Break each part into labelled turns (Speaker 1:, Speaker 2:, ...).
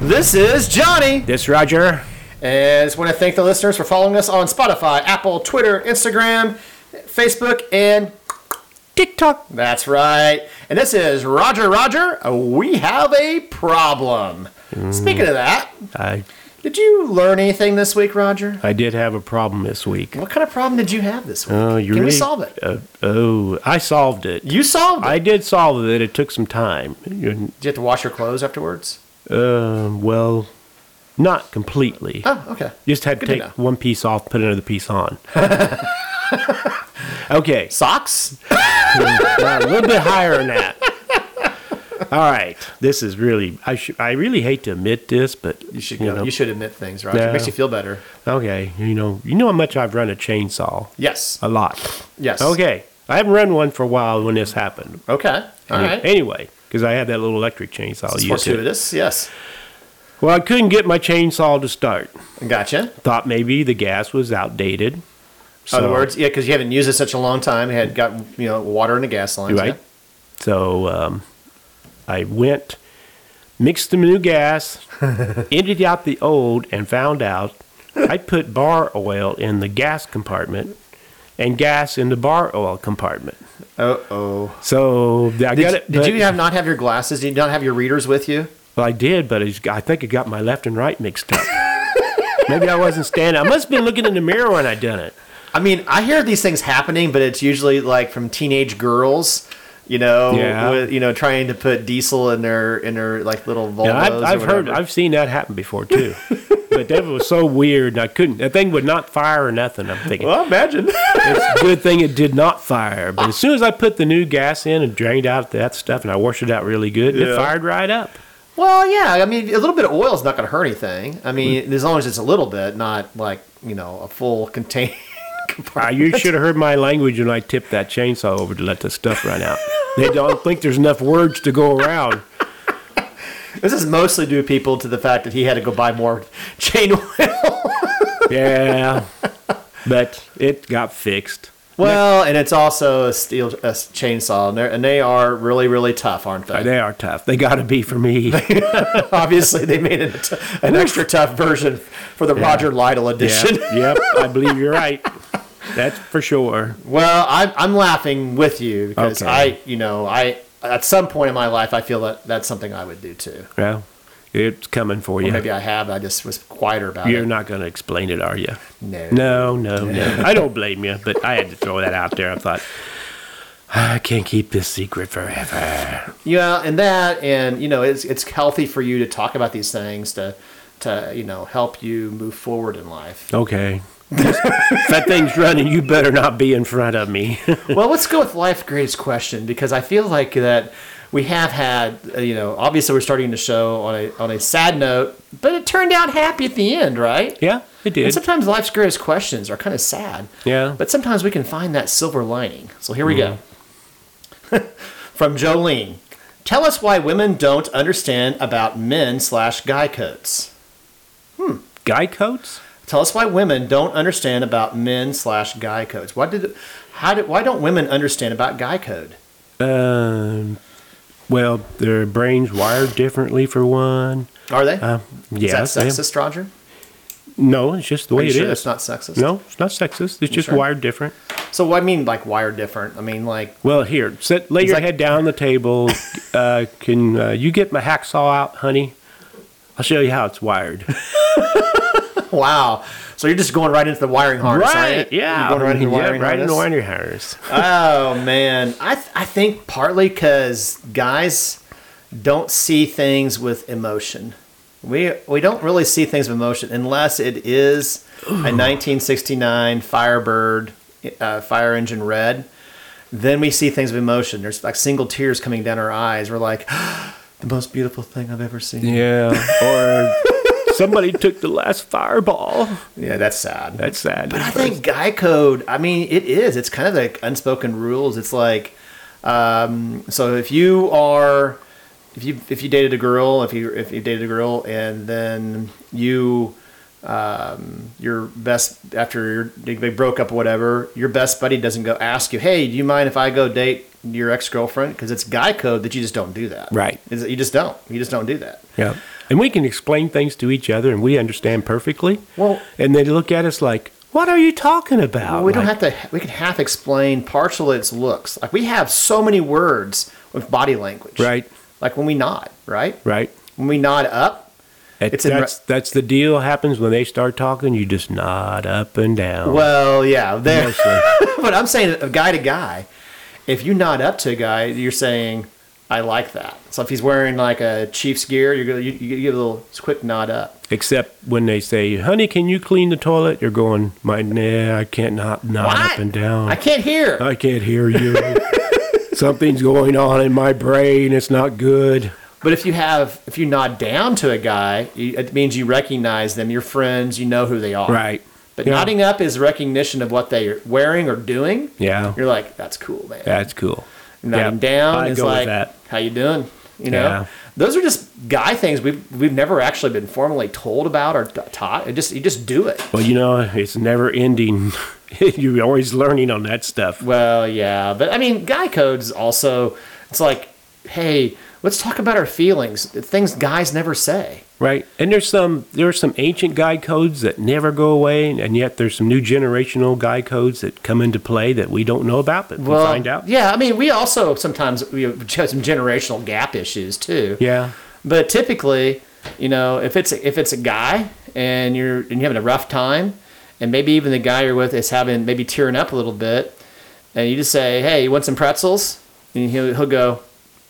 Speaker 1: This is Johnny.
Speaker 2: This Roger.
Speaker 1: And I just want to thank the listeners for following us on Spotify, Apple, Twitter, Instagram, Facebook, and
Speaker 2: TikTok.
Speaker 1: that's right. And this is Roger Roger. We have a problem.
Speaker 2: Hmm.
Speaker 1: Speaking of that,
Speaker 2: I
Speaker 1: did you learn anything this week, Roger?
Speaker 2: I did have a problem this week.
Speaker 1: What kind of problem did you have this week?
Speaker 2: Oh, Uh, you
Speaker 1: Can
Speaker 2: really,
Speaker 1: we solve it?
Speaker 2: Uh, oh, I solved it.
Speaker 1: You solved it.
Speaker 2: I did solve it. It took some time. You-
Speaker 1: did you have to wash your clothes afterwards?
Speaker 2: Uh, well, not completely.
Speaker 1: Oh, okay.
Speaker 2: Just had to
Speaker 1: Good to
Speaker 2: take
Speaker 1: know.
Speaker 2: one piece off, put another piece on. okay,
Speaker 1: Socks?
Speaker 2: a little bit higher than that. All right, this is really I sh- I really hate to admit this, but
Speaker 1: You should go. You,
Speaker 2: know,
Speaker 1: should admit things, Roger. It
Speaker 2: No.
Speaker 1: makes you feel better.
Speaker 2: okay, you know you know how much I've run a chainsaw,
Speaker 1: Yes.
Speaker 2: a lot.
Speaker 1: Yes.
Speaker 2: Uh, Okay, I haven't run one for a while when this happened.
Speaker 1: Okay. All right.
Speaker 2: Anyway, because I had that little electric chainsaw.
Speaker 1: It's
Speaker 2: I used to-
Speaker 1: fortuitous. Yes.
Speaker 2: Well, I couldn't get my chainsaw to start.
Speaker 1: Gotcha.
Speaker 2: Thought maybe the gas was outdated. So,
Speaker 1: other words, yeah, because you haven't used it such a long time. It had got you know water in the gas lines.
Speaker 2: right? So um, I went, mixed the new gas, emptied out the old, and found out I put bar oil in the gas compartment and gas in the bar oil compartment.
Speaker 1: Uh oh.
Speaker 2: So I
Speaker 1: Did,
Speaker 2: got it.
Speaker 1: did
Speaker 2: but-
Speaker 1: you have not have your glasses? Did you not have your readers with you?
Speaker 2: Well, I did, but it's- I think I got my left and right mixed up. Maybe I wasn't standing. I must have been looking in the mirror when I done it.
Speaker 1: I mean, I hear these things happening, but it's usually like from teenage girls. You know,
Speaker 2: Yeah.
Speaker 1: with, you know, trying to put diesel in their in their like little Volvos.
Speaker 2: Yeah, I've,
Speaker 1: or
Speaker 2: I've heard,
Speaker 1: whatever.
Speaker 2: I've seen that happen before too. but that was so weird. and I couldn't. That thing would not fire or nothing. I'm thinking
Speaker 1: well, imagine.
Speaker 2: it's a good thing it did not fire. But as soon as I put the new gas in and drained out that stuff, and I washed it out really good,
Speaker 1: Yeah.
Speaker 2: it fired right up.
Speaker 1: well, yeah. I mean, a little bit of oil is not going to hurt anything. I
Speaker 2: Mm.
Speaker 1: mean, as long as it's a little bit, not like you know a full contain.
Speaker 2: Ah, you should have heard my language when I tipped that chainsaw over to let the stuff run out. They don't think there's enough words to go around.
Speaker 1: This is mostly due people to the fact that he had to go buy more chain oil.
Speaker 2: Yeah, but it got fixed.
Speaker 1: well, and it's also a steel a s- chainsaw, and, they're- and they are really, really tough, aren't they?
Speaker 2: They are tough. They got to be for me.
Speaker 1: Obviously, they made it a t- an extra tough version for the Roger Lytle edition.
Speaker 2: Yep, yep, I believe you're right. That's for sure.
Speaker 1: Well, I'm, I'm laughing with you because
Speaker 2: Okay.
Speaker 1: I, you know, I at some point in my life, I feel that that's something I would do too.
Speaker 2: Well, it's coming for you.
Speaker 1: Maybe I have. I just was quieter about
Speaker 2: You're
Speaker 1: it.
Speaker 2: not going to explain it, are you?
Speaker 1: No.
Speaker 2: No, no, no. I don't blame you, but I had to throw that out there. I thought, I can't keep this secret forever.
Speaker 1: Yeah, and that, and you know, it's it's healthy for you to talk about these things to to you know help you move forward in life.
Speaker 2: Okay. if that thing's running, you better not be in front of me.
Speaker 1: well, let's go with life's greatest question because I feel like that we have had uh, you know obviously we're starting the show on a on a sad note, but it turned out happy at the end, right?
Speaker 2: yeah,
Speaker 1: And
Speaker 2: it did.
Speaker 1: sometimes life's greatest questions are kind of sad.
Speaker 2: Yeah.
Speaker 1: But sometimes we can find that silver lining. So here we go.
Speaker 2: Mm-hmm.
Speaker 1: From Jolene. Tell us why women don't understand about men slash guy codes.
Speaker 2: Guy coats?
Speaker 1: Tell us why women don't understand about men slash guy codes. Why did, how did, why don't women understand about guy code?
Speaker 2: Um, well, their brains wired differently for one.
Speaker 1: Are they?
Speaker 2: Uh, yeah,
Speaker 1: Is that sexist, Roger?
Speaker 2: No, it's just the
Speaker 1: Are
Speaker 2: way
Speaker 1: you
Speaker 2: it is.
Speaker 1: sure that's not sexist?
Speaker 2: No, it's not sexist. It's just
Speaker 1: sure?
Speaker 2: wired different.
Speaker 1: So what I mean, like wired different. I mean, like
Speaker 2: Well, here, sit, lay
Speaker 1: He's
Speaker 2: your
Speaker 1: like-
Speaker 2: head down on the table. uh, can uh, you get my hacksaw out, honey? I'll show you how it's wired.
Speaker 1: wow. So you're just going right into the wiring harness, aren't you? You're
Speaker 2: Yeah.
Speaker 1: going right into the
Speaker 2: Yeah,
Speaker 1: wiring
Speaker 2: right in the
Speaker 1: harness?
Speaker 2: wiring harness.
Speaker 1: Oh man, I th- I think partly because guys don't see things with emotion. We we don't really see things with emotion unless it is a 1969 Firebird uh, fire engine red. Then we see things with emotion. There's like single tears coming down our eyes. We're like, the most beautiful thing I've ever seen.
Speaker 2: Yeah. or somebody took the last fireball.
Speaker 1: Yeah, that's sad.
Speaker 2: That's sad.
Speaker 1: But I think guy code. I mean, it is. It's kind of like unspoken rules. It's like, um, so if you are, if you if you dated a girl, if you if you dated a girl, and then you, um, your best after your, they they broke up or whatever, your best buddy doesn't go ask you, hey, do you mind if I go date your ex girlfriend because it's guy code that you just don't do that.
Speaker 2: Right.
Speaker 1: Is that you just don't. You just don't do that.
Speaker 2: Yeah. And we can explain things to each other and we understand perfectly.
Speaker 1: Well-
Speaker 2: and they look at us like, what are you talking about?
Speaker 1: Well, we don't
Speaker 2: Like,
Speaker 1: have to. We can half explain partial its looks. Like we have so many words with body language.
Speaker 2: Right.
Speaker 1: Like when we nod. Right.
Speaker 2: Right.
Speaker 1: When we nod up.
Speaker 2: That-
Speaker 1: It's in
Speaker 2: that's, that's the deal happens when they start talking. You just nod up and down.
Speaker 1: Well, yeah. There.
Speaker 2: Mostly.
Speaker 1: but I'm saying a guy to guy. If you nod up to a guy, you're saying, "I like that." So if he's wearing like a Chiefs gear, you're gonna you, you give a little quick nod up.
Speaker 2: Except when they say, honey, can you clean the toilet? You're going, my, nah, I can't not nod
Speaker 1: What?
Speaker 2: up and down.
Speaker 1: I can't hear.
Speaker 2: Oh. I can't hear you. Something's going on in my brain. It's not good.
Speaker 1: But if you have, if you nod down to a guy, you, it means you recognize them. Your friends, you know who they are.
Speaker 2: Right.
Speaker 1: But
Speaker 2: Yeah.
Speaker 1: nodding up is recognition of what they're wearing or doing.
Speaker 2: Yeah.
Speaker 1: You're like, that's cool, man.
Speaker 2: That's cool.
Speaker 1: nodding
Speaker 2: Yeah,
Speaker 1: down
Speaker 2: I
Speaker 1: is
Speaker 2: go with
Speaker 1: like,
Speaker 2: that.
Speaker 1: how you doing? You know,
Speaker 2: Yeah.
Speaker 1: those are just guy things we've we've never actually been formally told about or t- taught. It just you just do it.
Speaker 2: Well, you know, it's never ending. You're always learning on that stuff.
Speaker 1: Well, yeah, but I mean, guy codes also. It's like, hey, let's talk about our feelings. Things guys never say.
Speaker 2: Right. And there's some there are some ancient guy codes that never go away and yet there's some new generational guy codes that come into play that we don't know about but we'll find out.
Speaker 1: Yeah, I mean, we also sometimes we have some generational gap issues too.
Speaker 2: Yeah.
Speaker 1: But typically, you know, if it's if it's a guy and you're and you're having a rough time, and maybe even the guy you're with is having maybe tearing up a little bit, and you just say, "Hey, you want some pretzels?" and he'll he'll go,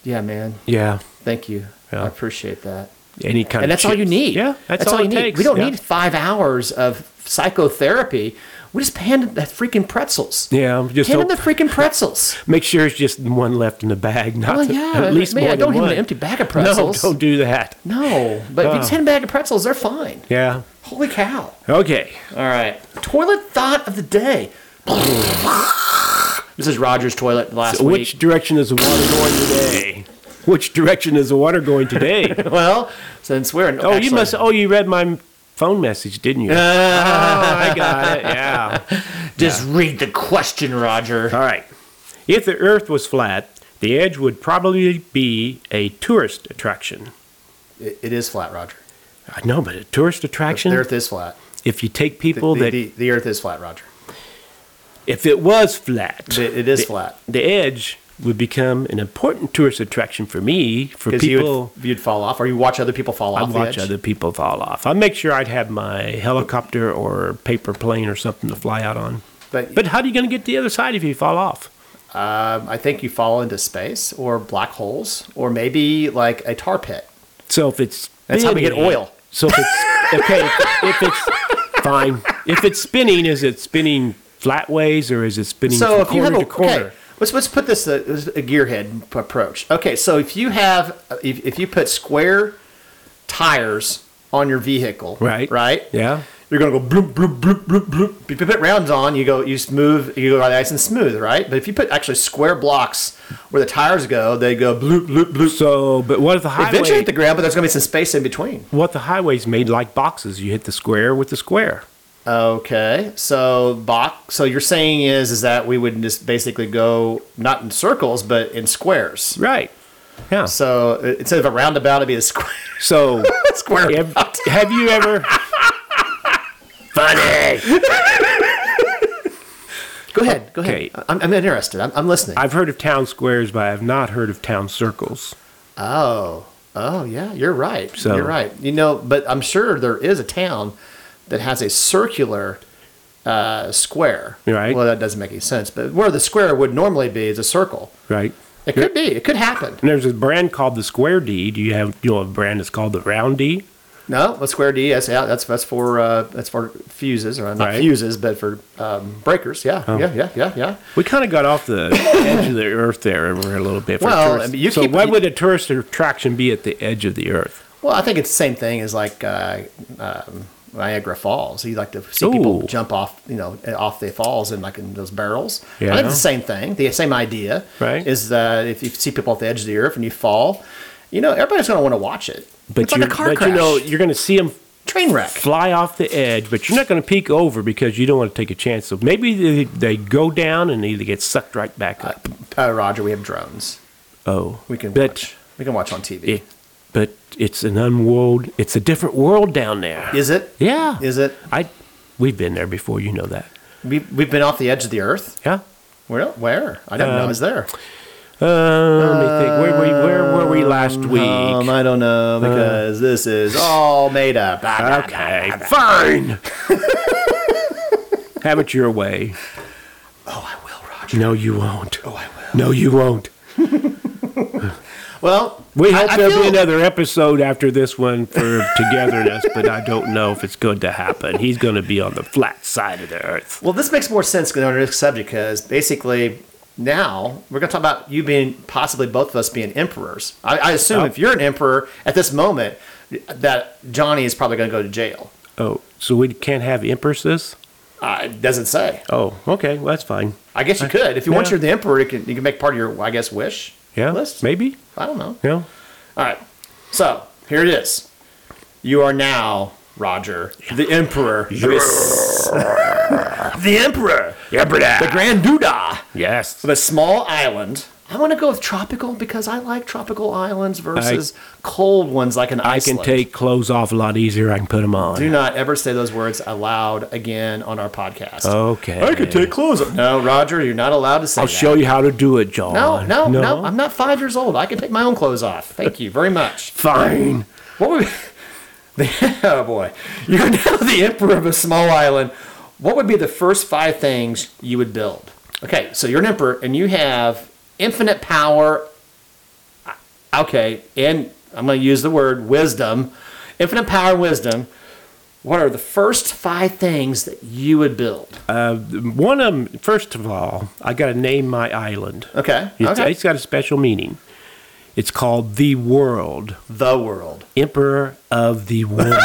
Speaker 1: "Yeah, man,
Speaker 2: Yeah.
Speaker 1: thank you,
Speaker 2: Yeah.
Speaker 1: I appreciate that."
Speaker 2: Any kind
Speaker 1: And
Speaker 2: of
Speaker 1: that's all you
Speaker 2: chips.
Speaker 1: need.
Speaker 2: Yeah. That's, all,
Speaker 1: you
Speaker 2: it
Speaker 1: need.
Speaker 2: takes.
Speaker 1: We don't
Speaker 2: yeah.
Speaker 1: need five hours of psychotherapy. We just hand him that freaking pretzels.
Speaker 2: Yeah, just
Speaker 1: hand him
Speaker 2: hope-
Speaker 1: the freaking pretzels.
Speaker 2: Make sure it's just one left in the bag, not
Speaker 1: Well,
Speaker 2: to-
Speaker 1: yeah,
Speaker 2: at least
Speaker 1: man,
Speaker 2: more
Speaker 1: I don't
Speaker 2: than
Speaker 1: have
Speaker 2: one.
Speaker 1: an empty bag of pretzels.
Speaker 2: No, don't do that.
Speaker 1: No, but if you
Speaker 2: Oh.
Speaker 1: just hand a bag of pretzels, they're fine.
Speaker 2: Yeah.
Speaker 1: Holy cow!
Speaker 2: Okay.
Speaker 1: All right, toilet thought of the day. this is Roger's toilet last
Speaker 2: Which
Speaker 1: week.
Speaker 2: direction is the water going today? Which direction is the water going today?
Speaker 1: Well, since we're in,
Speaker 2: Oh, you
Speaker 1: actually-
Speaker 2: must. Oh, you read my phone message, didn't you? oh, I got it. Yeah.
Speaker 1: just read the question, Roger.
Speaker 2: All right. If the Earth was flat, the edge would probably be a tourist attraction.
Speaker 1: It, it is flat, Roger.
Speaker 2: I know, but a tourist attraction.
Speaker 1: The Earth is flat.
Speaker 2: if you take
Speaker 1: The,
Speaker 2: people
Speaker 1: the-
Speaker 2: that,
Speaker 1: the- the Earth is flat, Roger.
Speaker 2: if it was flat,
Speaker 1: The- it is
Speaker 2: the-
Speaker 1: flat.
Speaker 2: The edge would become an important tourist attraction for me. For
Speaker 1: Because you
Speaker 2: people,
Speaker 1: would, you'd fall off, or you watch other people fall
Speaker 2: I
Speaker 1: off.
Speaker 2: would
Speaker 1: the
Speaker 2: watch
Speaker 1: edge.
Speaker 2: other people fall off. I make sure I'd have my helicopter or paper plane or something to fly out on.
Speaker 1: But,
Speaker 2: But how are you going to get to the other side if you fall off?
Speaker 1: um, I think you fall into space or black holes or maybe like a tar pit.
Speaker 2: So if it's
Speaker 1: That's how we get
Speaker 2: spinning-
Speaker 1: oil.
Speaker 2: So if it's okay, if, if it's fine, if it's spinning, is it spinning flat ways or is it spinning
Speaker 1: so if
Speaker 2: from
Speaker 1: you
Speaker 2: corner
Speaker 1: have a
Speaker 2: to corner?
Speaker 1: okay, let's let's put this uh, this is a gearhead p- approach. Okay, so if you have uh, if, if you put square tires on your vehicle,
Speaker 2: Right.
Speaker 1: right,
Speaker 2: Yeah.
Speaker 1: you're gonna go bloop bloop bloop bloop bloop. If you put rounds on, you go you smooth, you go nice and smooth, right? But if you put actually square blocks where the tires go, they go bloop bloop bloop.
Speaker 2: So, but what if the highway?
Speaker 1: Eventually hit the ground, but there's gonna be some space in between.
Speaker 2: what the highways made like boxes? You hit the square with the square.
Speaker 1: Okay, so box. So you're saying is is that we would just basically go not in circles but in squares.
Speaker 2: Right. Yeah.
Speaker 1: So uh, instead of a roundabout, it'd be a square.
Speaker 2: So
Speaker 1: square.
Speaker 2: have, have you ever? Funny.
Speaker 1: Go ahead. Go
Speaker 2: Okay.
Speaker 1: ahead. I'm, I'm interested. I'm, I'm listening.
Speaker 2: I've heard of town squares, but I've not heard of town circles.
Speaker 1: oh, oh yeah, you're right.
Speaker 2: So-
Speaker 1: you're right. You know, but I'm sure there is a town that has a circular uh, square.
Speaker 2: Right.
Speaker 1: Well, that doesn't make any sense. But where the square would normally be is a circle.
Speaker 2: Right.
Speaker 1: It could be. It could happen.
Speaker 2: And there's a brand called the Square D. Do you have you know a brand that's called the Round D?
Speaker 1: No, a square D. That's yeah. That's that's for uh, that's for fuses or not
Speaker 2: Right.
Speaker 1: fuses, but for um, breakers. Yeah. Yeah. Yeah. Yeah. Yeah.
Speaker 2: We kind of got off the edge of the earth there for a little bit. For
Speaker 1: Well,
Speaker 2: tourists.
Speaker 1: I mean, you
Speaker 2: so
Speaker 1: keep-
Speaker 2: why would a tourist attraction be at the edge of the earth?
Speaker 1: Well, I think it's the same thing as like uh, um, Niagara Falls. You like to see people
Speaker 2: Ooh.
Speaker 1: jump off, you know, off the falls in like in those barrels. I
Speaker 2: Yeah.
Speaker 1: think it's the same thing. The same idea
Speaker 2: Right.
Speaker 1: is that if you see people at the edge of the earth and you fall, you know, everybody's going to want to watch it.
Speaker 2: But
Speaker 1: it's
Speaker 2: you,
Speaker 1: like a car
Speaker 2: but
Speaker 1: crash.
Speaker 2: you know, you're going to see them
Speaker 1: train wreck.
Speaker 2: fly off the edge, but you're not going to peek over because you don't want to take a chance. So maybe they, they go down and either get sucked right back up.
Speaker 1: Uh, Roger, we have drones.
Speaker 2: Oh,
Speaker 1: We can
Speaker 2: but
Speaker 1: watch. We can watch on TV.
Speaker 2: it, but it's an unworld. It's a different world down there.
Speaker 1: Is it?
Speaker 2: yeah,
Speaker 1: Is it?
Speaker 2: I we've been there before. You know that.
Speaker 1: We we've been off the edge of the earth.
Speaker 2: Yeah.
Speaker 1: Where? Where? I didn't know it
Speaker 2: Um,
Speaker 1: was there.
Speaker 2: Uh, let me think. Where, were where were we last week?
Speaker 1: Um, I don't know because this is all made up. Blah, blah,
Speaker 2: Uh, okay,
Speaker 1: um,
Speaker 2: fine. Have it your way.
Speaker 1: blah. Oh, I will, Roger.
Speaker 2: No, you won't.
Speaker 1: Oh, I will.
Speaker 2: No, you won't.
Speaker 1: Well,
Speaker 2: We
Speaker 1: I-
Speaker 2: hope
Speaker 1: I
Speaker 2: there'll
Speaker 1: feel-
Speaker 2: be another episode after this one for togetherness, but I don't know if it's going to happen. He's going to be on the flat side of the earth.
Speaker 1: Well, this makes more sense going under this subject because basically now we're going to talk about you being possibly both of us being emperors. I, I assume
Speaker 2: Oh.
Speaker 1: if you're an emperor at this moment, that Johnny is probably going to go to jail.
Speaker 2: Oh, so we can't have empresses?
Speaker 1: Uh, it doesn't say.
Speaker 2: Oh, okay. Well, that's fine.
Speaker 1: I guess you could. If you once
Speaker 2: Yeah.
Speaker 1: you're the emperor, you can, you can make part of your, I guess, wish
Speaker 2: Yeah,
Speaker 1: list.
Speaker 2: maybe.
Speaker 1: I don't know.
Speaker 2: Yeah.
Speaker 1: All right. So here it is. You are now Roger, the Emperor. the Emperor, the
Speaker 2: Yeah.
Speaker 1: Grand Duda
Speaker 2: Yes.
Speaker 1: of a small island. I want to go with tropical because I like tropical islands versus cold ones like an
Speaker 2: I can take clothes off a lot easier. I can put them on.
Speaker 1: Do not ever say those words aloud again on our podcast.
Speaker 2: Okay.
Speaker 1: I could take clothes off. No, Roger, you're not allowed to say
Speaker 2: I'll
Speaker 1: that.
Speaker 2: show you how to do it, John.
Speaker 1: no, no, no, I'm not five years old. I can take my own clothes off. Thank you very much.
Speaker 2: fine.
Speaker 1: What would the, oh boy, you're now the emperor of a small island. What would be the first five things you would build? Okay, so you're an emperor and you have infinite power. Okay, and I'm going to use the word wisdom, infinite power, and wisdom. What are the first five things that you would build?
Speaker 2: Uh, One of 'em- first of all, I got to name my island.
Speaker 1: Okay,
Speaker 2: It's,
Speaker 1: okay.
Speaker 2: it's got a special meaning. It's called the world,
Speaker 1: the world.
Speaker 2: emperor of the world.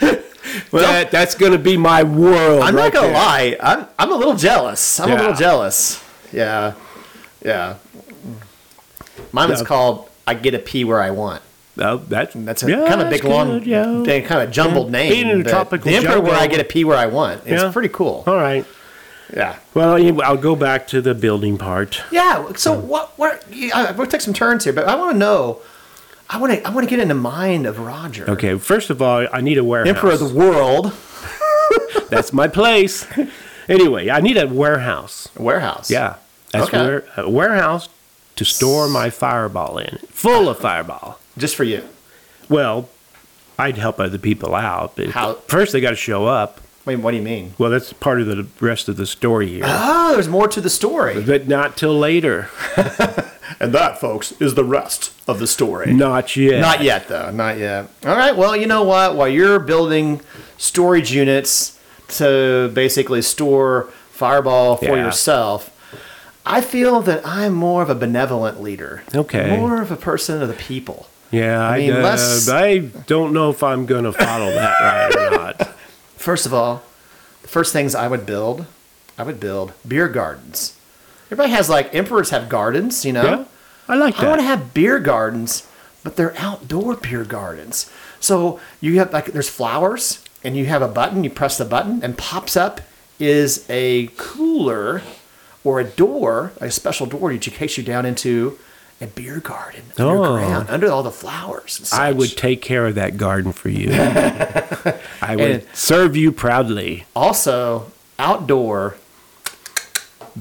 Speaker 2: that, that's going to be my world.
Speaker 1: I'm
Speaker 2: right
Speaker 1: not gonna
Speaker 2: there.
Speaker 1: lie. I'm I'm a little jealous. I'm a little
Speaker 2: Yeah.
Speaker 1: jealous. Yeah, yeah. Mine was
Speaker 2: Yeah.
Speaker 1: called "I Get a Pee Where I Want."
Speaker 2: Oh, that's
Speaker 1: That's a
Speaker 2: yeah,
Speaker 1: kind of
Speaker 2: that's
Speaker 1: big, long,
Speaker 2: good, yeah.
Speaker 1: kind of jumbled name.
Speaker 2: Being in a
Speaker 1: but
Speaker 2: tropical
Speaker 1: the emperor where I
Speaker 2: jungle.
Speaker 1: get a pee where I want. It's
Speaker 2: Yeah.
Speaker 1: pretty cool.
Speaker 2: All right.
Speaker 1: Yeah,
Speaker 2: Well, anyway, I'll go back to the building part.
Speaker 1: yeah. So what? What? yeah, I- We'll take some turns here, but I want to know. I want to. I want to get in the mind of Roger,
Speaker 2: Okay, first of all, I need a warehouse.
Speaker 1: emperor of the world
Speaker 2: that's my place. Anyway, I need a warehouse.
Speaker 1: warehouse.
Speaker 2: Yeah, that's
Speaker 1: Okay.
Speaker 2: where a warehouse to store my fireball in, full of fireball.
Speaker 1: just for you.
Speaker 2: Well, I'd help other people out, but
Speaker 1: How-
Speaker 2: first they got to show up.
Speaker 1: Wait, what do you mean?
Speaker 2: Well, that's part of the rest of the story here,
Speaker 1: Oh, there's more to the story.
Speaker 2: but not till later.
Speaker 1: And that, folks, is the rest of the story.
Speaker 2: Not yet.
Speaker 1: Not yet, though. Not yet. All right. Well, you know what? While you're building storage units to basically store Fireball for
Speaker 2: Yeah.
Speaker 1: yourself, I feel that I'm more of a benevolent leader.
Speaker 2: Okay.
Speaker 1: More of a person of the people.
Speaker 2: Yeah, I,
Speaker 1: mean,
Speaker 2: uh,
Speaker 1: less-
Speaker 2: I don't know if I'm going to follow that right or not.
Speaker 1: First of all, the first things I would build, I would build beer gardens. Everybody has like emperors have gardens, you know.
Speaker 2: Yeah, I like
Speaker 1: I want to
Speaker 2: that.
Speaker 1: have beer gardens, but they're outdoor beer gardens. So you have like there's flowers, and you have a button. You press the button, and pops up is a cooler or a door, a special door that you case you down into a beer garden underground under all the flowers. and
Speaker 2: Oh. I
Speaker 1: such.
Speaker 2: would take care of that garden for you. I would
Speaker 1: And-
Speaker 2: serve you proudly.
Speaker 1: also outdoor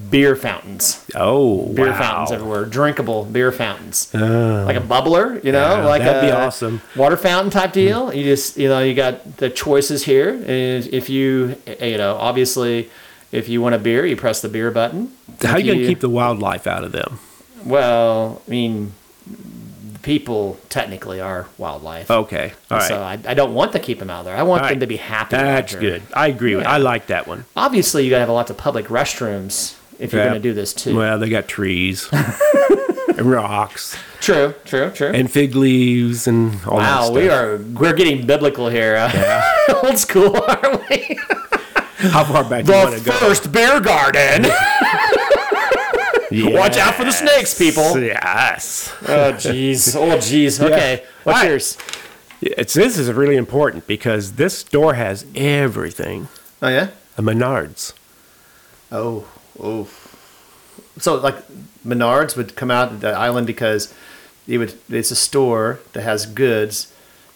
Speaker 1: beer fountains.
Speaker 2: Oh,
Speaker 1: Beer
Speaker 2: wow. Oh.
Speaker 1: fountains everywhere, drinkable beer fountains, like a bubbler, you know,
Speaker 2: Yeah,
Speaker 1: like
Speaker 2: that'd
Speaker 1: a
Speaker 2: be awesome.
Speaker 1: water fountain type deal. You just, you know, you got the choices here, and if you, you know, obviously, if you want a beer, you press the beer button.
Speaker 2: How are
Speaker 1: If
Speaker 2: you going to keep the wildlife out of them?
Speaker 1: Well, I mean, the people technically are wildlife.
Speaker 2: Okay, Oh, all right.
Speaker 1: so I, I don't want to keep them out of there. I want
Speaker 2: All
Speaker 1: them
Speaker 2: right.
Speaker 1: to be happy.
Speaker 2: That's
Speaker 1: Roger.
Speaker 2: good. I agree with. I like that one.
Speaker 1: Obviously, you got to have lots of public restrooms if you're
Speaker 2: Yeah.
Speaker 1: going to do this too.
Speaker 2: Well, they got trees and rocks
Speaker 1: true, true, true.
Speaker 2: and fig leaves and all that
Speaker 1: Wow,
Speaker 2: stuff.
Speaker 1: we are we're getting biblical here. Uh, Old school, aren't we?
Speaker 2: How far back do you want to go?
Speaker 1: beer garden.
Speaker 2: Yes.
Speaker 1: Watch out for the snakes, people.
Speaker 2: Yes.
Speaker 1: Oh jeez. Oh jeez. Okay. What's
Speaker 2: All right.
Speaker 1: yours?
Speaker 2: It's, this is really important because this store has everything.
Speaker 1: Oh yeah.
Speaker 2: A Menards.
Speaker 1: Oh oh. So like Menards would come out to the island because it would. It's a store that has goods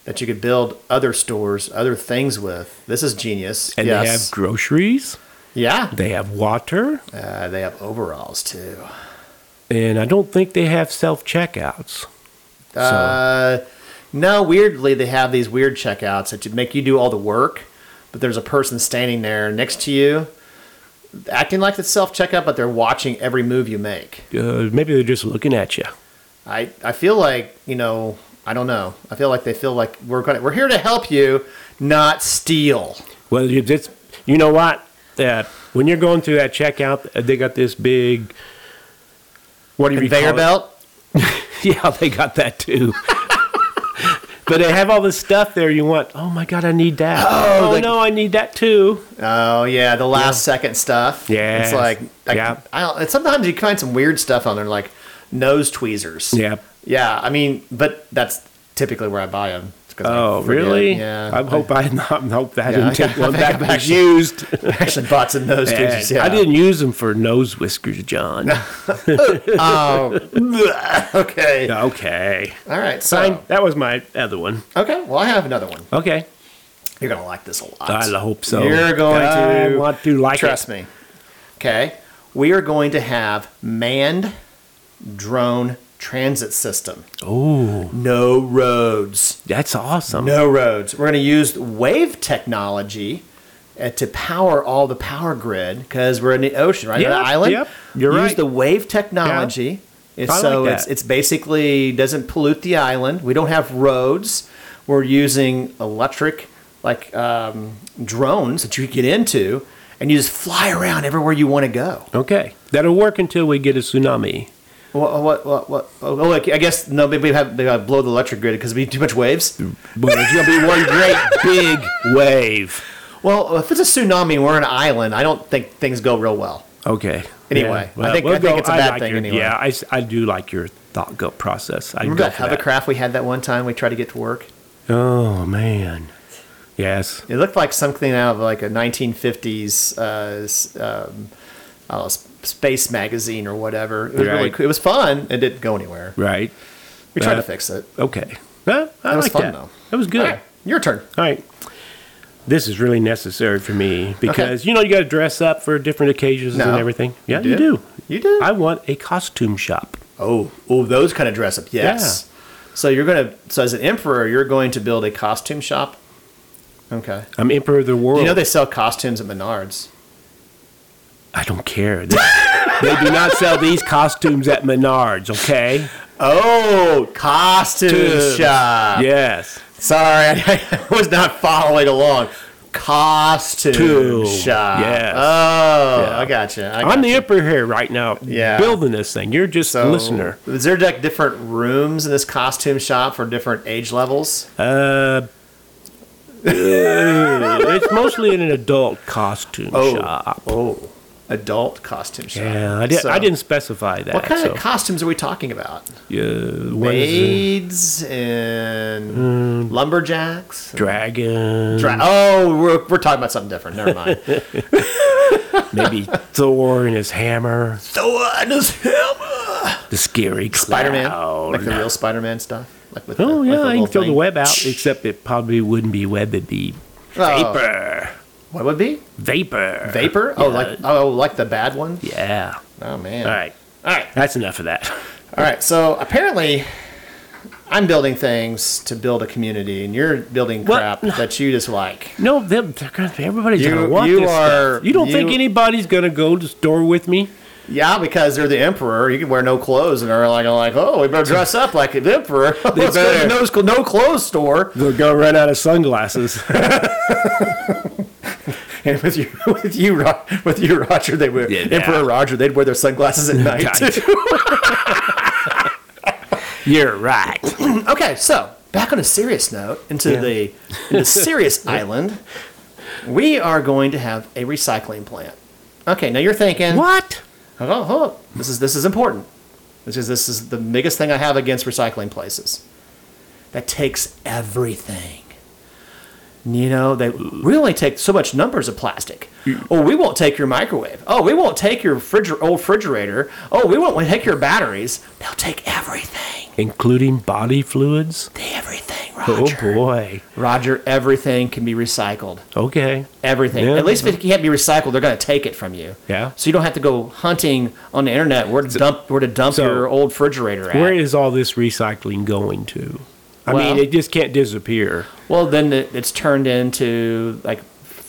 Speaker 1: that you could build other stores, other things with. This is genius.
Speaker 2: And they have
Speaker 1: yes.
Speaker 2: groceries.
Speaker 1: yeah.
Speaker 2: They have water.
Speaker 1: Uh, they have overalls too.
Speaker 2: And I don't think they have self checkouts.
Speaker 1: Uh, no, weirdly, they have these weird checkouts that make you do all the work, but there's a person standing there next to you, acting like it's self checkout, but they're watching every move you make.
Speaker 2: Uh, maybe they're just looking at you.
Speaker 1: I, I feel like, you know, I don't know. I feel like they feel like we're going to, we're here to help you, not steal.
Speaker 2: Well, you just you know what? Uh, when you're going through that checkout, uh, they got this big. What do you
Speaker 1: Conveyor
Speaker 2: call it?
Speaker 1: belt?
Speaker 2: Yeah, they got that too. but they have all this stuff there. You want? Oh my god, I need that. Oh,
Speaker 1: like-
Speaker 2: no, I need that too.
Speaker 1: Oh, yeah, the last second stuff.
Speaker 2: Yes.
Speaker 1: It's like, I,
Speaker 2: Yeah.
Speaker 1: I don't, and sometimes you find some weird stuff on there, like nose tweezers.
Speaker 2: Yeah.
Speaker 1: Yeah, I mean, but that's typically where I buy them.
Speaker 2: Oh really?
Speaker 1: Yeah.
Speaker 2: I hope I, not hope that I
Speaker 1: Yeah,
Speaker 2: didn't take
Speaker 1: I
Speaker 2: one
Speaker 1: think I
Speaker 2: back. that was
Speaker 1: actually-
Speaker 2: used.
Speaker 1: I actually bought some nose tweezers.
Speaker 2: And
Speaker 1: Yeah.
Speaker 2: I didn't use them for nose whiskers, John.
Speaker 1: Um, okay.
Speaker 2: okay.
Speaker 1: All right. So,
Speaker 2: Fine. That was my other one.
Speaker 1: Okay. Well, I have another one.
Speaker 2: Okay.
Speaker 1: You're gonna like this a lot.
Speaker 2: I hope so.
Speaker 1: You're going
Speaker 2: I
Speaker 1: to
Speaker 2: want to like
Speaker 1: Trust
Speaker 2: it.
Speaker 1: me. Okay. We are going to have manned drone transit system.
Speaker 2: Oh,
Speaker 1: No roads.
Speaker 2: that's awesome.
Speaker 1: No roads. We're going to use wave technology uh, to power all the power grid because we're in the ocean, right?
Speaker 2: Yep,
Speaker 1: An island.
Speaker 2: yep. You're
Speaker 1: use
Speaker 2: right.
Speaker 1: the wave technology. It's,
Speaker 2: I like
Speaker 1: so
Speaker 2: that.
Speaker 1: it's it's basically doesn't pollute the island. We don't have roads. We're using electric like um, drones that you get into, and you just fly around everywhere you want to go.
Speaker 2: Okay. That'll work until we get a tsunami.
Speaker 1: What what what? what oh, oh, I guess no. Maybe we have maybe I blow the electric grid because we have too much waves.
Speaker 2: But it's going to be one great big wave.
Speaker 1: Well, if it's a tsunami and we're an island, I don't think things go real well.
Speaker 2: Okay.
Speaker 1: Anyway, I think- I think it's a
Speaker 2: I
Speaker 1: bad
Speaker 2: like
Speaker 1: thing
Speaker 2: your-
Speaker 1: anyway.
Speaker 2: Yeah, I, s- I do like your thought go process. I
Speaker 1: Remember
Speaker 2: go
Speaker 1: that
Speaker 2: for that.
Speaker 1: hovercraft we had that one time we tried to get to work?
Speaker 2: Oh, man. Yes.
Speaker 1: It looked like something out of like a 1950s uh, s- um, I don't know, s- space magazine or whatever. It was really
Speaker 2: Right.
Speaker 1: cool. It was fun. It didn't go anywhere.
Speaker 2: Right.
Speaker 1: We tried
Speaker 2: Uh,
Speaker 1: to fix it.
Speaker 2: Okay. Well, I
Speaker 1: That was
Speaker 2: like
Speaker 1: fun,
Speaker 2: that.
Speaker 1: though.
Speaker 2: That was good.
Speaker 1: All right, your turn.
Speaker 2: All right. This is really necessary for me because you know you got to dress up for different occasions
Speaker 1: No.
Speaker 2: and everything. Yeah,
Speaker 1: You
Speaker 2: you
Speaker 1: do?
Speaker 2: do.
Speaker 1: You do?
Speaker 2: I want a costume shop.
Speaker 1: Oh, oh, those kind of dress up. Yes. So you're gonna. So as an emperor, you're going to build a costume shop. Okay.
Speaker 2: I'm emperor of the world.
Speaker 1: You know they sell costumes at Menards.
Speaker 2: I don't care. They, they do not sell these costumes at Menards. Okay.
Speaker 1: Oh, costume
Speaker 2: Tubes.
Speaker 1: shop.
Speaker 2: yes.
Speaker 1: Sorry, I was not following along. Costume
Speaker 2: Tool.
Speaker 1: shop.
Speaker 2: Yes.
Speaker 1: Oh,
Speaker 2: Yeah.
Speaker 1: I gotcha. I
Speaker 2: I'm the
Speaker 1: gotcha.
Speaker 2: emperor here right now.
Speaker 1: Yeah.
Speaker 2: Building this thing. You're just a listener.
Speaker 1: Is there like different rooms in this costume shop for different age levels?
Speaker 2: Uh. it's mostly in an adult costume shop.
Speaker 1: oh, adult costume shop.
Speaker 2: Yeah, I, did,
Speaker 1: So,
Speaker 2: I didn't specify that.
Speaker 1: What kind
Speaker 2: so.
Speaker 1: of costumes are we talking about?
Speaker 2: Yeah, what
Speaker 1: Maids
Speaker 2: is it? Mm.
Speaker 1: and lumberjacks. and
Speaker 2: Dragon,
Speaker 1: dra- oh, we're, we're talking about something different. Never mind.
Speaker 2: maybe Thor and his hammer,
Speaker 1: Thor and his hammer.
Speaker 2: the scary
Speaker 1: Spider Man,
Speaker 2: cloud.
Speaker 1: like the real Spider Man stuff. Like with
Speaker 2: oh
Speaker 1: the,
Speaker 2: yeah,
Speaker 1: like
Speaker 2: I
Speaker 1: little
Speaker 2: can throw the
Speaker 1: thing.
Speaker 2: web out. Except it probably wouldn't be web; it'd be
Speaker 1: Oh.
Speaker 2: vapor,
Speaker 1: What would be
Speaker 2: vapor,
Speaker 1: vapor? Oh, like oh, like the bad one.
Speaker 2: Yeah.
Speaker 1: Oh man.
Speaker 2: All right,
Speaker 1: all right,
Speaker 2: that's enough of that.
Speaker 1: all right. So apparently, I'm building things to build a community, and you're building
Speaker 2: What?
Speaker 1: crap that you dislike.
Speaker 2: No, they're, they're gonna, everybody's
Speaker 1: You-
Speaker 2: gonna want
Speaker 1: you
Speaker 2: this
Speaker 1: are-
Speaker 2: stuff. You don't think
Speaker 1: you-
Speaker 2: anybody's gonna go to the store with me?
Speaker 1: Yeah, because they're the emperor. You can wear no clothes, and they're like, like, oh, we better dress up like the emperor. Let's go to
Speaker 2: better.
Speaker 1: no, no clothes store.
Speaker 2: They'll go run out of sunglasses.
Speaker 1: And with you, with you, Ro- with you, Roger, they would
Speaker 2: Yeah, nah.
Speaker 1: Emperor Roger. They'd wear their sunglasses at night.
Speaker 2: Nice. You're right.
Speaker 1: Okay, so back on a serious note, into
Speaker 2: Yeah.
Speaker 1: the into serious island, we are going to have a recycling plant. Okay, now you're thinking, "Oh,
Speaker 2: What?
Speaker 1: Hold on, hold on. This is this is important. This is this is the biggest thing I have against recycling places. that takes everything. You know, they we only take so much numbers of plastic.
Speaker 2: Mm.
Speaker 1: Oh, we won't take your microwave. Oh, we won't take your refriger- old refrigerator. Oh, we won't take your batteries. They'll take everything.
Speaker 2: including body fluids.
Speaker 1: They everything,
Speaker 2: Oh
Speaker 1: Roger.
Speaker 2: boy.
Speaker 1: Roger, everything can be recycled.
Speaker 2: Okay.
Speaker 1: Everything.
Speaker 2: Yeah.
Speaker 1: At least if it can't be recycled, they're going to take it from you.
Speaker 2: Yeah.
Speaker 1: So you don't have to go hunting on the internet where to dump where to dump
Speaker 2: so-
Speaker 1: your old refrigerator at.
Speaker 2: Where is all this recycling going to? I
Speaker 1: Well-
Speaker 2: mean, it just can't disappear.
Speaker 1: Well, then it, it's turned into like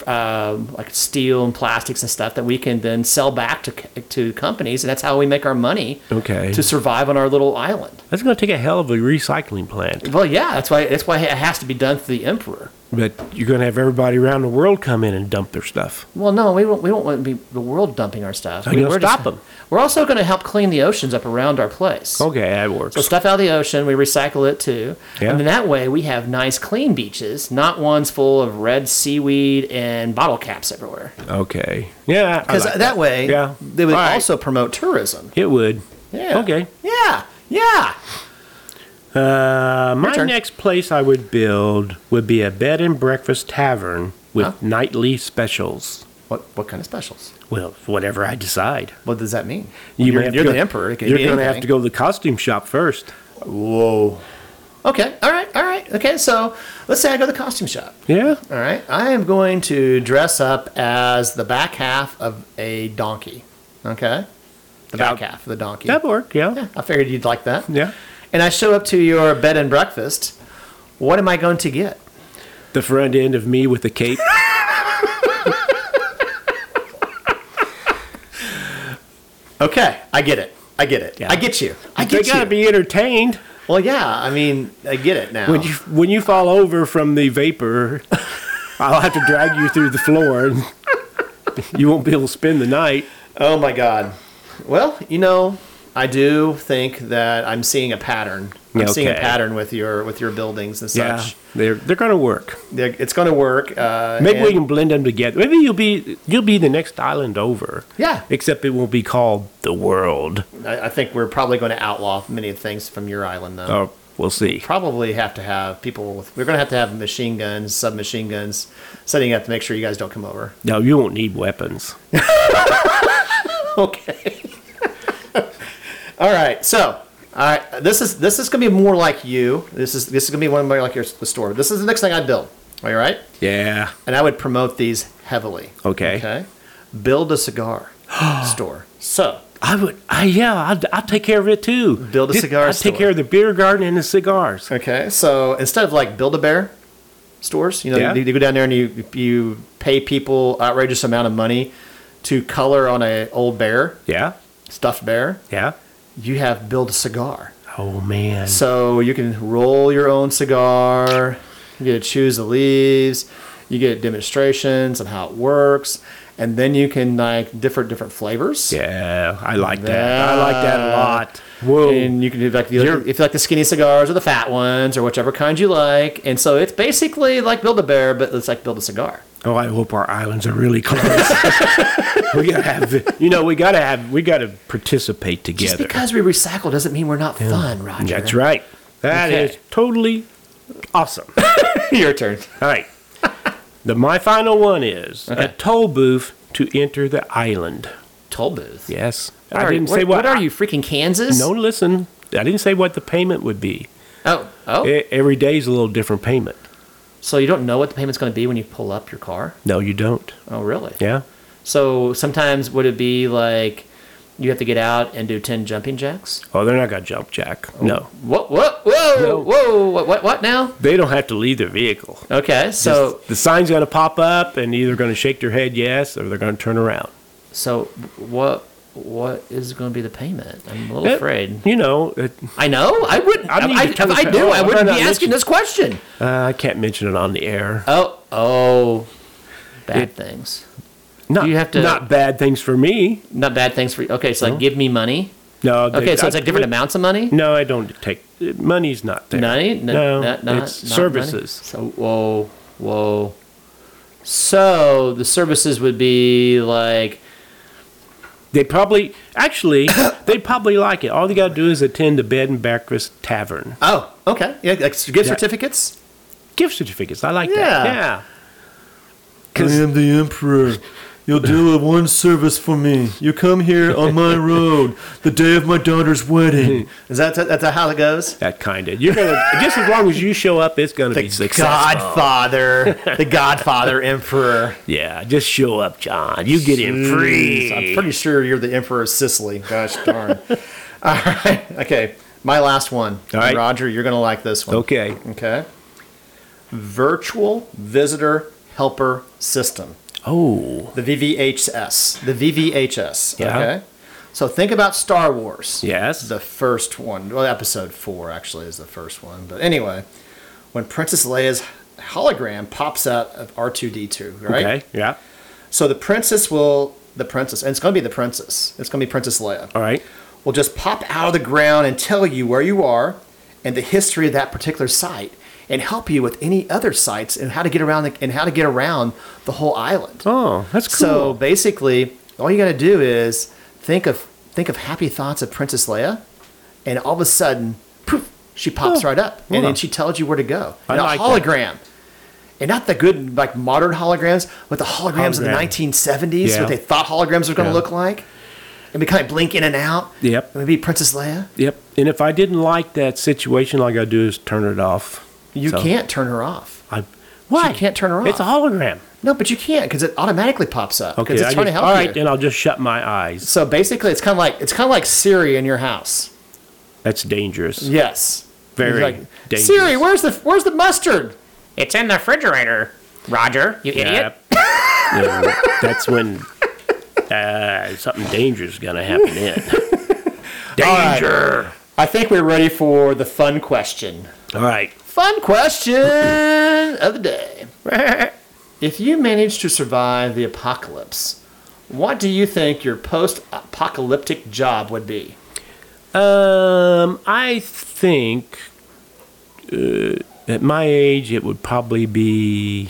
Speaker 1: um, like steel and plastics and stuff that we can then sell back to c- to companies, and that's how we make our money.
Speaker 2: Okay.
Speaker 1: To survive on our little island.
Speaker 2: That's going to take a hell of a recycling plant.
Speaker 1: Well, yeah, that's why that's why it has to be done through the emperor.
Speaker 2: But you're going to have everybody around the world come in and dump their stuff.
Speaker 1: Well, no, we don't. We don't want to be the world dumping our stuff.
Speaker 2: How you gonna
Speaker 1: we're just-
Speaker 2: stop 'em?
Speaker 1: We're also going to help clean the oceans up around our place.
Speaker 2: Okay, that works.
Speaker 1: So stuff out of the ocean, we recycle it too,
Speaker 2: Yeah.
Speaker 1: and then that way we have nice, clean beaches, not ones full of red seaweed and bottle caps everywhere.
Speaker 2: Okay. Yeah. I
Speaker 1: Because
Speaker 2: like
Speaker 1: that, way,
Speaker 2: Yeah.
Speaker 1: they would
Speaker 2: All right.
Speaker 1: also promote tourism.
Speaker 2: It would.
Speaker 1: Yeah.
Speaker 2: Okay.
Speaker 1: Yeah. Yeah.
Speaker 2: Uh, my
Speaker 1: turn.
Speaker 2: next place I would build would be a bed and breakfast tavern with
Speaker 1: Huh?
Speaker 2: nightly specials.
Speaker 1: What what kind of specials?
Speaker 2: Well, whatever I decide.
Speaker 1: What does that mean?
Speaker 2: You
Speaker 1: are
Speaker 2: may have to
Speaker 1: you're
Speaker 2: go-
Speaker 1: the emperor. It could
Speaker 2: You're
Speaker 1: be
Speaker 2: going to have
Speaker 1: anything.
Speaker 2: to go to the costume shop first.
Speaker 1: Whoa. Okay. All right. All right. Okay. So let's say I go to the costume shop.
Speaker 2: Yeah.
Speaker 1: All right. I am going to dress up as the back half of a donkey. Okay. The back
Speaker 2: Yeah.
Speaker 1: half of the donkey.
Speaker 2: That'd work. Yeah.
Speaker 1: Yeah, I figured you'd like that.
Speaker 2: Yeah.
Speaker 1: And I show up to your bed and breakfast. What am I going to get?
Speaker 2: The front end of me with the cape.
Speaker 1: Okay, I get it. I get it.
Speaker 2: Yeah.
Speaker 1: I get you. I
Speaker 2: they
Speaker 1: get
Speaker 2: got
Speaker 1: you.
Speaker 2: to be entertained
Speaker 1: well, yeah. I mean, I get it now.
Speaker 2: when you when you fall over from the vapor. I'll have to drag you through the floor. And you won't be able to spend the night.
Speaker 1: oh my God. Well, you know, I do think that I'm seeing a pattern. I'm seeing a
Speaker 2: Okay.
Speaker 1: pattern with your with your buildings and
Speaker 2: Yeah,
Speaker 1: such.
Speaker 2: they're they're going to work.
Speaker 1: They're- It's going to work. Uh,
Speaker 2: Maybe we
Speaker 1: and-
Speaker 2: can blend them together. Maybe you'll be you'll be the next island over.
Speaker 1: Yeah.
Speaker 2: Except it won't be called the world.
Speaker 1: I, I think we're probably going to outlaw many things from your island, though.
Speaker 2: Oh, we'll see.
Speaker 1: Probably have to have people with. We're going to have to have machine guns, submachine guns, setting up to make sure you guys don't come over.
Speaker 2: No, you won't need weapons.
Speaker 1: Okay. All right. So, all right. This is this is gonna be more like you. This is this is gonna be one more like your the store. This is the next thing I build. All right.
Speaker 2: Yeah.
Speaker 1: And I would promote these heavily.
Speaker 2: Okay.
Speaker 1: Okay. Build a cigar store. So
Speaker 2: I would. I yeah. I'd, I'd take care of it too.
Speaker 1: Build a
Speaker 2: Just-
Speaker 1: cigar
Speaker 2: I'd
Speaker 1: store.
Speaker 2: take care of the beer garden and the cigars.
Speaker 1: okay. So instead of like Build a Bear stores, you know,
Speaker 2: Yeah.
Speaker 1: you, you go down there and you you pay people outrageous amount of money to color on a old bear,
Speaker 2: Yeah.
Speaker 1: stuffed bear.
Speaker 2: Yeah.
Speaker 1: You have build a cigar.
Speaker 2: Oh man.
Speaker 1: So you can roll your own cigar. You get to choose the leaves. You get demonstrations on how it works, and then you can like different different flavors.
Speaker 2: yeah. I like that. I like that a lot. Whoa.
Speaker 1: And you can do like the, if you like the skinny cigars or the fat ones or whichever kind you like. And so it's basically like build a bear, but it's like build a cigar.
Speaker 2: oh, I hope our islands are really close. we gotta have. You know, we gotta have. We gotta participate
Speaker 1: Just
Speaker 2: together.
Speaker 1: because we recycle doesn't mean we're not fun, Roger.
Speaker 2: That's right. That
Speaker 1: Okay.
Speaker 2: is totally awesome.
Speaker 1: your turn.
Speaker 2: All right. The, my final one is a toll booth to enter the island.
Speaker 1: Toll booth.
Speaker 2: Yes.
Speaker 1: What
Speaker 2: I
Speaker 1: are you-
Speaker 2: didn't say what.
Speaker 1: What are you freaking Kansas?
Speaker 2: No, listen. I didn't say what the payment would be.
Speaker 1: Oh, oh.
Speaker 2: E- Every day is a little different payment.
Speaker 1: So you don't know what the payment's going to be when you pull up your car?
Speaker 2: No, you don't.
Speaker 1: Oh, really?
Speaker 2: Yeah.
Speaker 1: So sometimes would it be like you have to get out and do 10 jumping jacks?
Speaker 2: Oh, they're not going to jump jack.
Speaker 1: Oh.
Speaker 2: No.
Speaker 1: What? What? Whoa!
Speaker 2: No.
Speaker 1: Whoa! What, what? What now?
Speaker 2: They don't have to leave their vehicle.
Speaker 1: Okay, so
Speaker 2: the sign's going to pop up and either going to shake their head yes or they're going to turn around.
Speaker 1: so what? What is going to be the payment? I'm a little
Speaker 2: That-
Speaker 1: afraid.
Speaker 2: You know, it,
Speaker 1: I know. I wouldn't. I
Speaker 2: I need
Speaker 1: I,
Speaker 2: to tell
Speaker 1: if I
Speaker 2: the-
Speaker 1: knew,
Speaker 2: oh,
Speaker 1: I
Speaker 2: I
Speaker 1: wouldn't
Speaker 2: might
Speaker 1: be
Speaker 2: not
Speaker 1: asking
Speaker 2: mention-
Speaker 1: this question.
Speaker 2: uh, I can't mention it on the air.
Speaker 1: Oh, oh, bad things.
Speaker 2: Not,
Speaker 1: you have to-
Speaker 2: not bad things for me.
Speaker 1: Not bad things for you. Okay, so like, give me money.
Speaker 2: No. they-
Speaker 1: Okay, so it's
Speaker 2: I-
Speaker 1: like different amounts of money.
Speaker 2: No, I don't take. Money's not there.
Speaker 1: Money? N-
Speaker 2: No,
Speaker 1: not- not-
Speaker 2: it's
Speaker 1: not
Speaker 2: services.
Speaker 1: money? So whoa, whoa. So the services would be like
Speaker 2: They probably, actually, they probably like it. All they got to do is attend the bed and breakfast tavern.
Speaker 3: Oh, okay. Yeah, like gift
Speaker 2: Yeah.
Speaker 3: certificates.
Speaker 2: Gift certificates. I like
Speaker 3: Yeah.
Speaker 2: that. Yeah.
Speaker 1: I am the emperor. You'll do a one service for me. You come here on my road, the day of my daughter's wedding.
Speaker 3: Is that that's how it goes?
Speaker 2: That kind of. You're going to, just as long as you show up, it's going to be
Speaker 3: The
Speaker 2: successful.
Speaker 3: Godfather, the Godfather Emperor.
Speaker 2: Yeah, just show up, John. You get in free.
Speaker 3: I'm pretty sure you're the Emperor of Sicily. Gosh darn. All right. Okay. My last one.
Speaker 2: All right.
Speaker 3: Roger, you're going to like this one.
Speaker 2: Okay.
Speaker 3: Okay. Virtual Visitor Helper System,
Speaker 2: Oh,
Speaker 3: the VVHS. The VVHS.
Speaker 2: Yeah.
Speaker 3: Okay. So think about Star Wars.
Speaker 2: yes.
Speaker 3: the first one. Well, episode four actually is the first one. But anyway, when Princess Leia's hologram pops out of R2D2, right?
Speaker 2: Okay. Yeah.
Speaker 3: So the princess will, the princess, and it's going to be the princess. It's going to be Princess Leia.
Speaker 2: All right.
Speaker 3: Will just pop out of the ground and tell you where you are and the history of that particular site and help you with any other sites and how to get around the, and how to get around the whole island.
Speaker 2: Oh, that's cool.
Speaker 3: So basically, all you got to do is think of think of happy thoughts of Princess Leia, and all of a sudden, poof, she pops
Speaker 2: Oh,
Speaker 3: right up, and
Speaker 2: wow.
Speaker 3: then she tells you where to go.
Speaker 2: I
Speaker 3: And
Speaker 2: like
Speaker 3: a
Speaker 2: that.
Speaker 3: hologram, and not the good like modern holograms, but the holograms of the
Speaker 2: Hologram.
Speaker 3: 1970s,
Speaker 2: Yeah.
Speaker 3: what they thought holograms were going to
Speaker 2: Yeah.
Speaker 3: look like, and we kind of blink in and out.
Speaker 2: Yep.
Speaker 3: and be Princess Leia.
Speaker 2: Yep. And if I didn't like that situation, all I got to do is turn it off.
Speaker 3: You
Speaker 2: So,
Speaker 3: can't turn her off.
Speaker 2: I, why?
Speaker 3: You can't turn her off.
Speaker 2: It's a hologram.
Speaker 3: no, but you can't because it automatically pops up because
Speaker 2: Okay.
Speaker 3: it's
Speaker 2: I
Speaker 3: trying to
Speaker 2: just-
Speaker 3: help
Speaker 2: all
Speaker 3: you.
Speaker 2: right. Then I'll just shut my eyes.
Speaker 3: so basically, it's kind of like it's kind of like Siri in your house.
Speaker 2: That's dangerous.
Speaker 3: Yes.
Speaker 2: Very
Speaker 3: He's
Speaker 2: dangerous.
Speaker 3: Siri, where's the where's the mustard?
Speaker 4: It's in the refrigerator, Roger, you idiot.
Speaker 2: Yeah. Yeah, that's when uh, something dangerous is going to happen then. Danger.
Speaker 3: I think we're ready for the fun question.
Speaker 2: All right.
Speaker 3: Fun question of the day. if you manage to survive the apocalypse, what do you think your post-apocalyptic job would be?
Speaker 2: Um, I think uh, at my age, it would probably be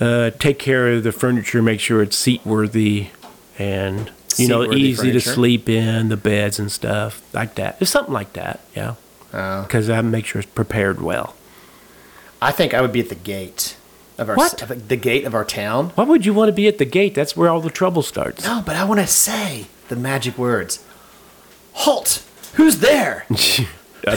Speaker 2: uh, take care of the furniture, make sure it's seat worthy, and you know
Speaker 3: Seat-worthy
Speaker 2: easy to
Speaker 3: furniture.
Speaker 2: sleep in, the beds and stuff like that. It's something like that, yeah.
Speaker 3: Oh.
Speaker 2: Because I make sure it's prepared well.
Speaker 3: I think I would be at the gate of our
Speaker 2: What?
Speaker 3: of the gate of our town.
Speaker 2: Why would you want to be at the gate? That's where all the trouble starts.
Speaker 3: No, but I want to say the magic words. Halt! Who's there?
Speaker 2: yeah.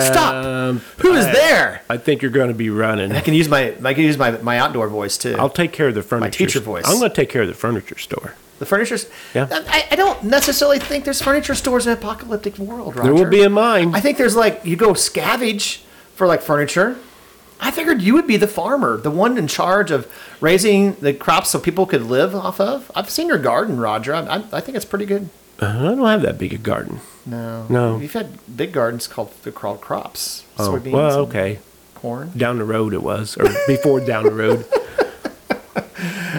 Speaker 3: Stop! Who is there?
Speaker 2: Um, I think you're going to be running.
Speaker 3: I can use my I can use my, my outdoor voice too.
Speaker 2: I'll take care of the furniture.
Speaker 3: teacher
Speaker 2: st-
Speaker 3: voice.
Speaker 2: I'm going to take care of the furniture store.
Speaker 3: The furniture's.
Speaker 2: Yeah.
Speaker 3: I, I don't necessarily think there's furniture stores in an apocalyptic world, Roger.
Speaker 2: There will be a mine.
Speaker 3: I think there's like, you go scavenge for like furniture. I figured you would be the farmer, the one in charge of raising the crops so people could live off of. I've seen your garden, Roger. I, I, I think it's pretty good.
Speaker 2: I don't have that big a garden.
Speaker 3: No.
Speaker 2: No.
Speaker 3: You've had big gardens called, they're called crops.
Speaker 2: Oh,
Speaker 3: soybeans
Speaker 2: well,
Speaker 3: and
Speaker 2: okay.
Speaker 3: corn.
Speaker 2: Down the road it was, or before down the road.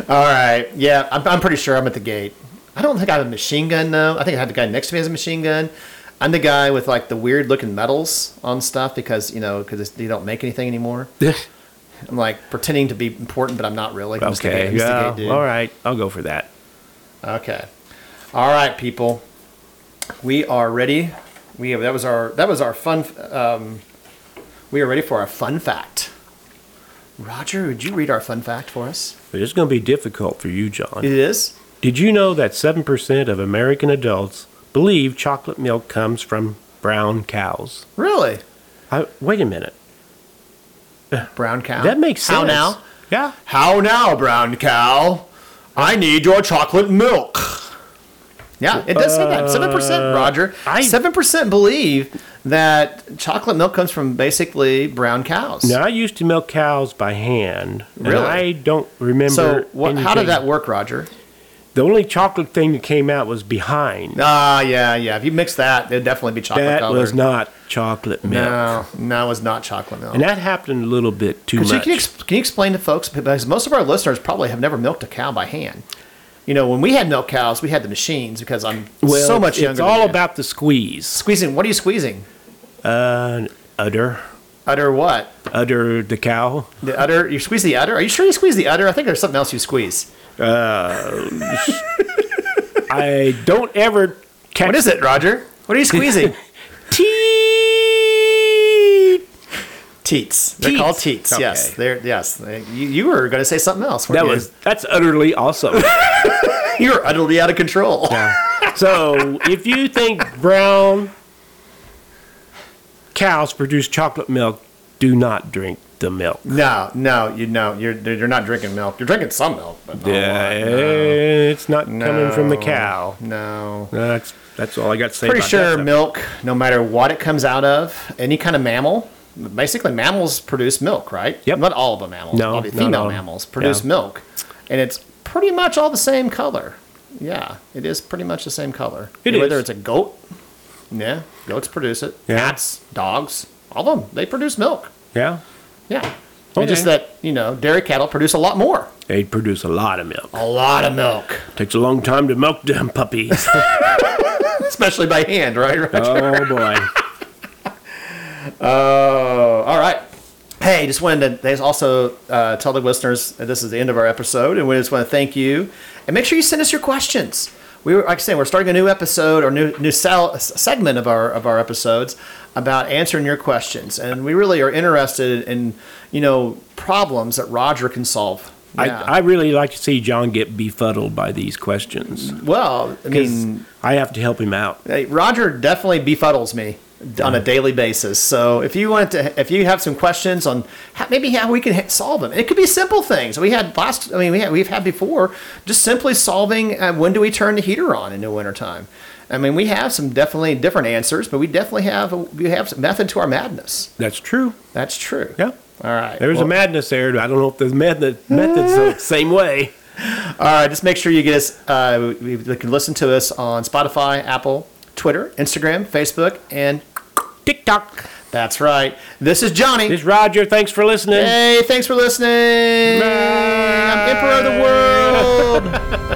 Speaker 3: All right. Yeah, I'm, I'm pretty sure I'm at the gate. I don't think I have a machine gun though. I think I have the guy next to me has a machine gun. I'm the guy with like the weird looking metals on stuff because you know because they don't make anything anymore. I'm like pretending to be important, but I'm not really. I'm just the gate-
Speaker 2: okay.
Speaker 3: I'm just the
Speaker 2: Yeah.
Speaker 3: gate dude.
Speaker 2: All right. I'll go for that.
Speaker 3: Okay. All right, people. We are ready. We have, that was our that was our fun. Um, we are ready for our fun fact. Roger, would you read our fun fact for us?
Speaker 2: But it's going to be difficult for you, John.
Speaker 3: It is.
Speaker 2: Did you know that 7% of American adults believe chocolate milk comes from brown cows?
Speaker 3: Really?
Speaker 2: I, wait a minute.
Speaker 3: Brown cow.
Speaker 2: That makes sense.
Speaker 3: How now?
Speaker 2: Yeah.
Speaker 3: How now, brown cow? I need your chocolate milk. Yeah, it does say that. Seven percent, Roger.
Speaker 2: Uh, I-
Speaker 3: Seven percent believe that chocolate milk comes from basically brown cows.
Speaker 2: Now, I used to milk cows by hand. and
Speaker 3: Really?
Speaker 2: I don't remember.
Speaker 3: So, what, how
Speaker 2: anything.
Speaker 3: did that work, Roger?
Speaker 2: The only chocolate thing that came out was behind.
Speaker 3: Ah, yeah, yeah. If you mix that, it'd definitely be chocolate
Speaker 2: that
Speaker 3: colored.
Speaker 2: was not chocolate milk.
Speaker 3: No, no, it was not chocolate milk.
Speaker 2: And that happened a little bit too
Speaker 3: Could you,
Speaker 2: much.
Speaker 3: can, you ex- can you explain to folks because most of our listeners probably have never milked a cow by hand. You know, when we had milk cows, we had the machines because I'm
Speaker 2: well,
Speaker 3: so much
Speaker 2: it's,
Speaker 3: younger.
Speaker 2: It's
Speaker 3: than
Speaker 2: all
Speaker 3: you.
Speaker 2: about the squeeze.
Speaker 3: squeezing. What are you squeezing?
Speaker 2: Uh, udder.
Speaker 3: Udder what?
Speaker 2: Udder the cow.
Speaker 3: The udder? You squeeze the udder? Are you sure you squeeze the udder? I think there's something else you squeeze.
Speaker 2: I don't ever catch.
Speaker 3: What is it, Roger? What are you squeezing?
Speaker 2: Teat.
Speaker 3: teats. They're
Speaker 2: Teats.
Speaker 3: called teats. Yes.
Speaker 2: Okay.
Speaker 3: They're yes. They- you, you were going to say something else. weren't
Speaker 2: That
Speaker 3: you?
Speaker 2: was that's utterly awesome.
Speaker 3: you were utterly out of control.
Speaker 2: so if you think brown cows produce chocolate milk, do not drink the milk.
Speaker 3: No, no, you know you're you're not drinking milk. You're drinking some milk, but not a
Speaker 2: Yeah,
Speaker 3: lot.
Speaker 2: it's not
Speaker 3: No.
Speaker 2: coming from the cow.
Speaker 3: No.
Speaker 2: That's that's all I got to say.
Speaker 3: Pretty
Speaker 2: about
Speaker 3: sure
Speaker 2: that.
Speaker 3: milk, no matter what it comes out of, any kind of mammal, basically mammals produce milk, right?
Speaker 2: Yep.
Speaker 3: Not all of the mammals.
Speaker 2: No,
Speaker 3: all the
Speaker 2: not
Speaker 3: female
Speaker 2: all.
Speaker 3: mammals produce
Speaker 2: Yeah.
Speaker 3: milk, and it's pretty much all the same color. Yeah, it is pretty much the same color.
Speaker 2: It
Speaker 3: Whether
Speaker 2: is.
Speaker 3: it's a goat, yeah, goats produce it.
Speaker 2: Yeah.
Speaker 3: Cats, dogs, all of them, they produce milk.
Speaker 2: Yeah,
Speaker 3: Yeah.
Speaker 2: Okay.
Speaker 3: It's just that you know dairy cattle produce a lot more.
Speaker 2: they produce a lot of milk.
Speaker 3: A lot of milk,
Speaker 2: Takes a long time to milk them puppies.
Speaker 3: especially by hand, right? Roger?
Speaker 2: oh boy.
Speaker 3: Oh, all right. Hey, just wanted to there's also uh, tell the listeners that this is the end of our episode, and we just want to thank you. And make sure you send us your questions. We were, like I said, we're starting a new episode or new new sal- segment of our of our episodes about answering your questions, and we really are interested in you know problems that Roger can solve.
Speaker 2: I,
Speaker 3: Yeah.
Speaker 2: I really like to see John get befuddled by these questions.
Speaker 3: well, I
Speaker 2: 'Cause
Speaker 3: mean,
Speaker 2: I have to help him out.
Speaker 3: Hey, Roger definitely befuddles me on a daily basis. So if you want to, if you have some questions on how, maybe how we can ha- solve them, it could be simple things we had last. I mean, we had, we've had before, just simply solving uh, when do we turn the heater on in the wintertime. I mean, we have some definitely different answers, but we definitely have a, we have some method to our madness.
Speaker 2: That's true.
Speaker 3: That's true.
Speaker 2: Yeah.
Speaker 3: All right.
Speaker 2: There's
Speaker 3: Well,
Speaker 2: a madness there. but I don't know if the method, method's the same way.
Speaker 3: All right, just make sure you get us. Uh, we, we can listen to us on Spotify, Apple, Twitter, Instagram, Facebook, and
Speaker 2: TikTok.
Speaker 3: that's right. This is Johnny.
Speaker 2: This is Roger. Thanks for listening.
Speaker 3: Hey, thanks for listening. I'm emperor of the world.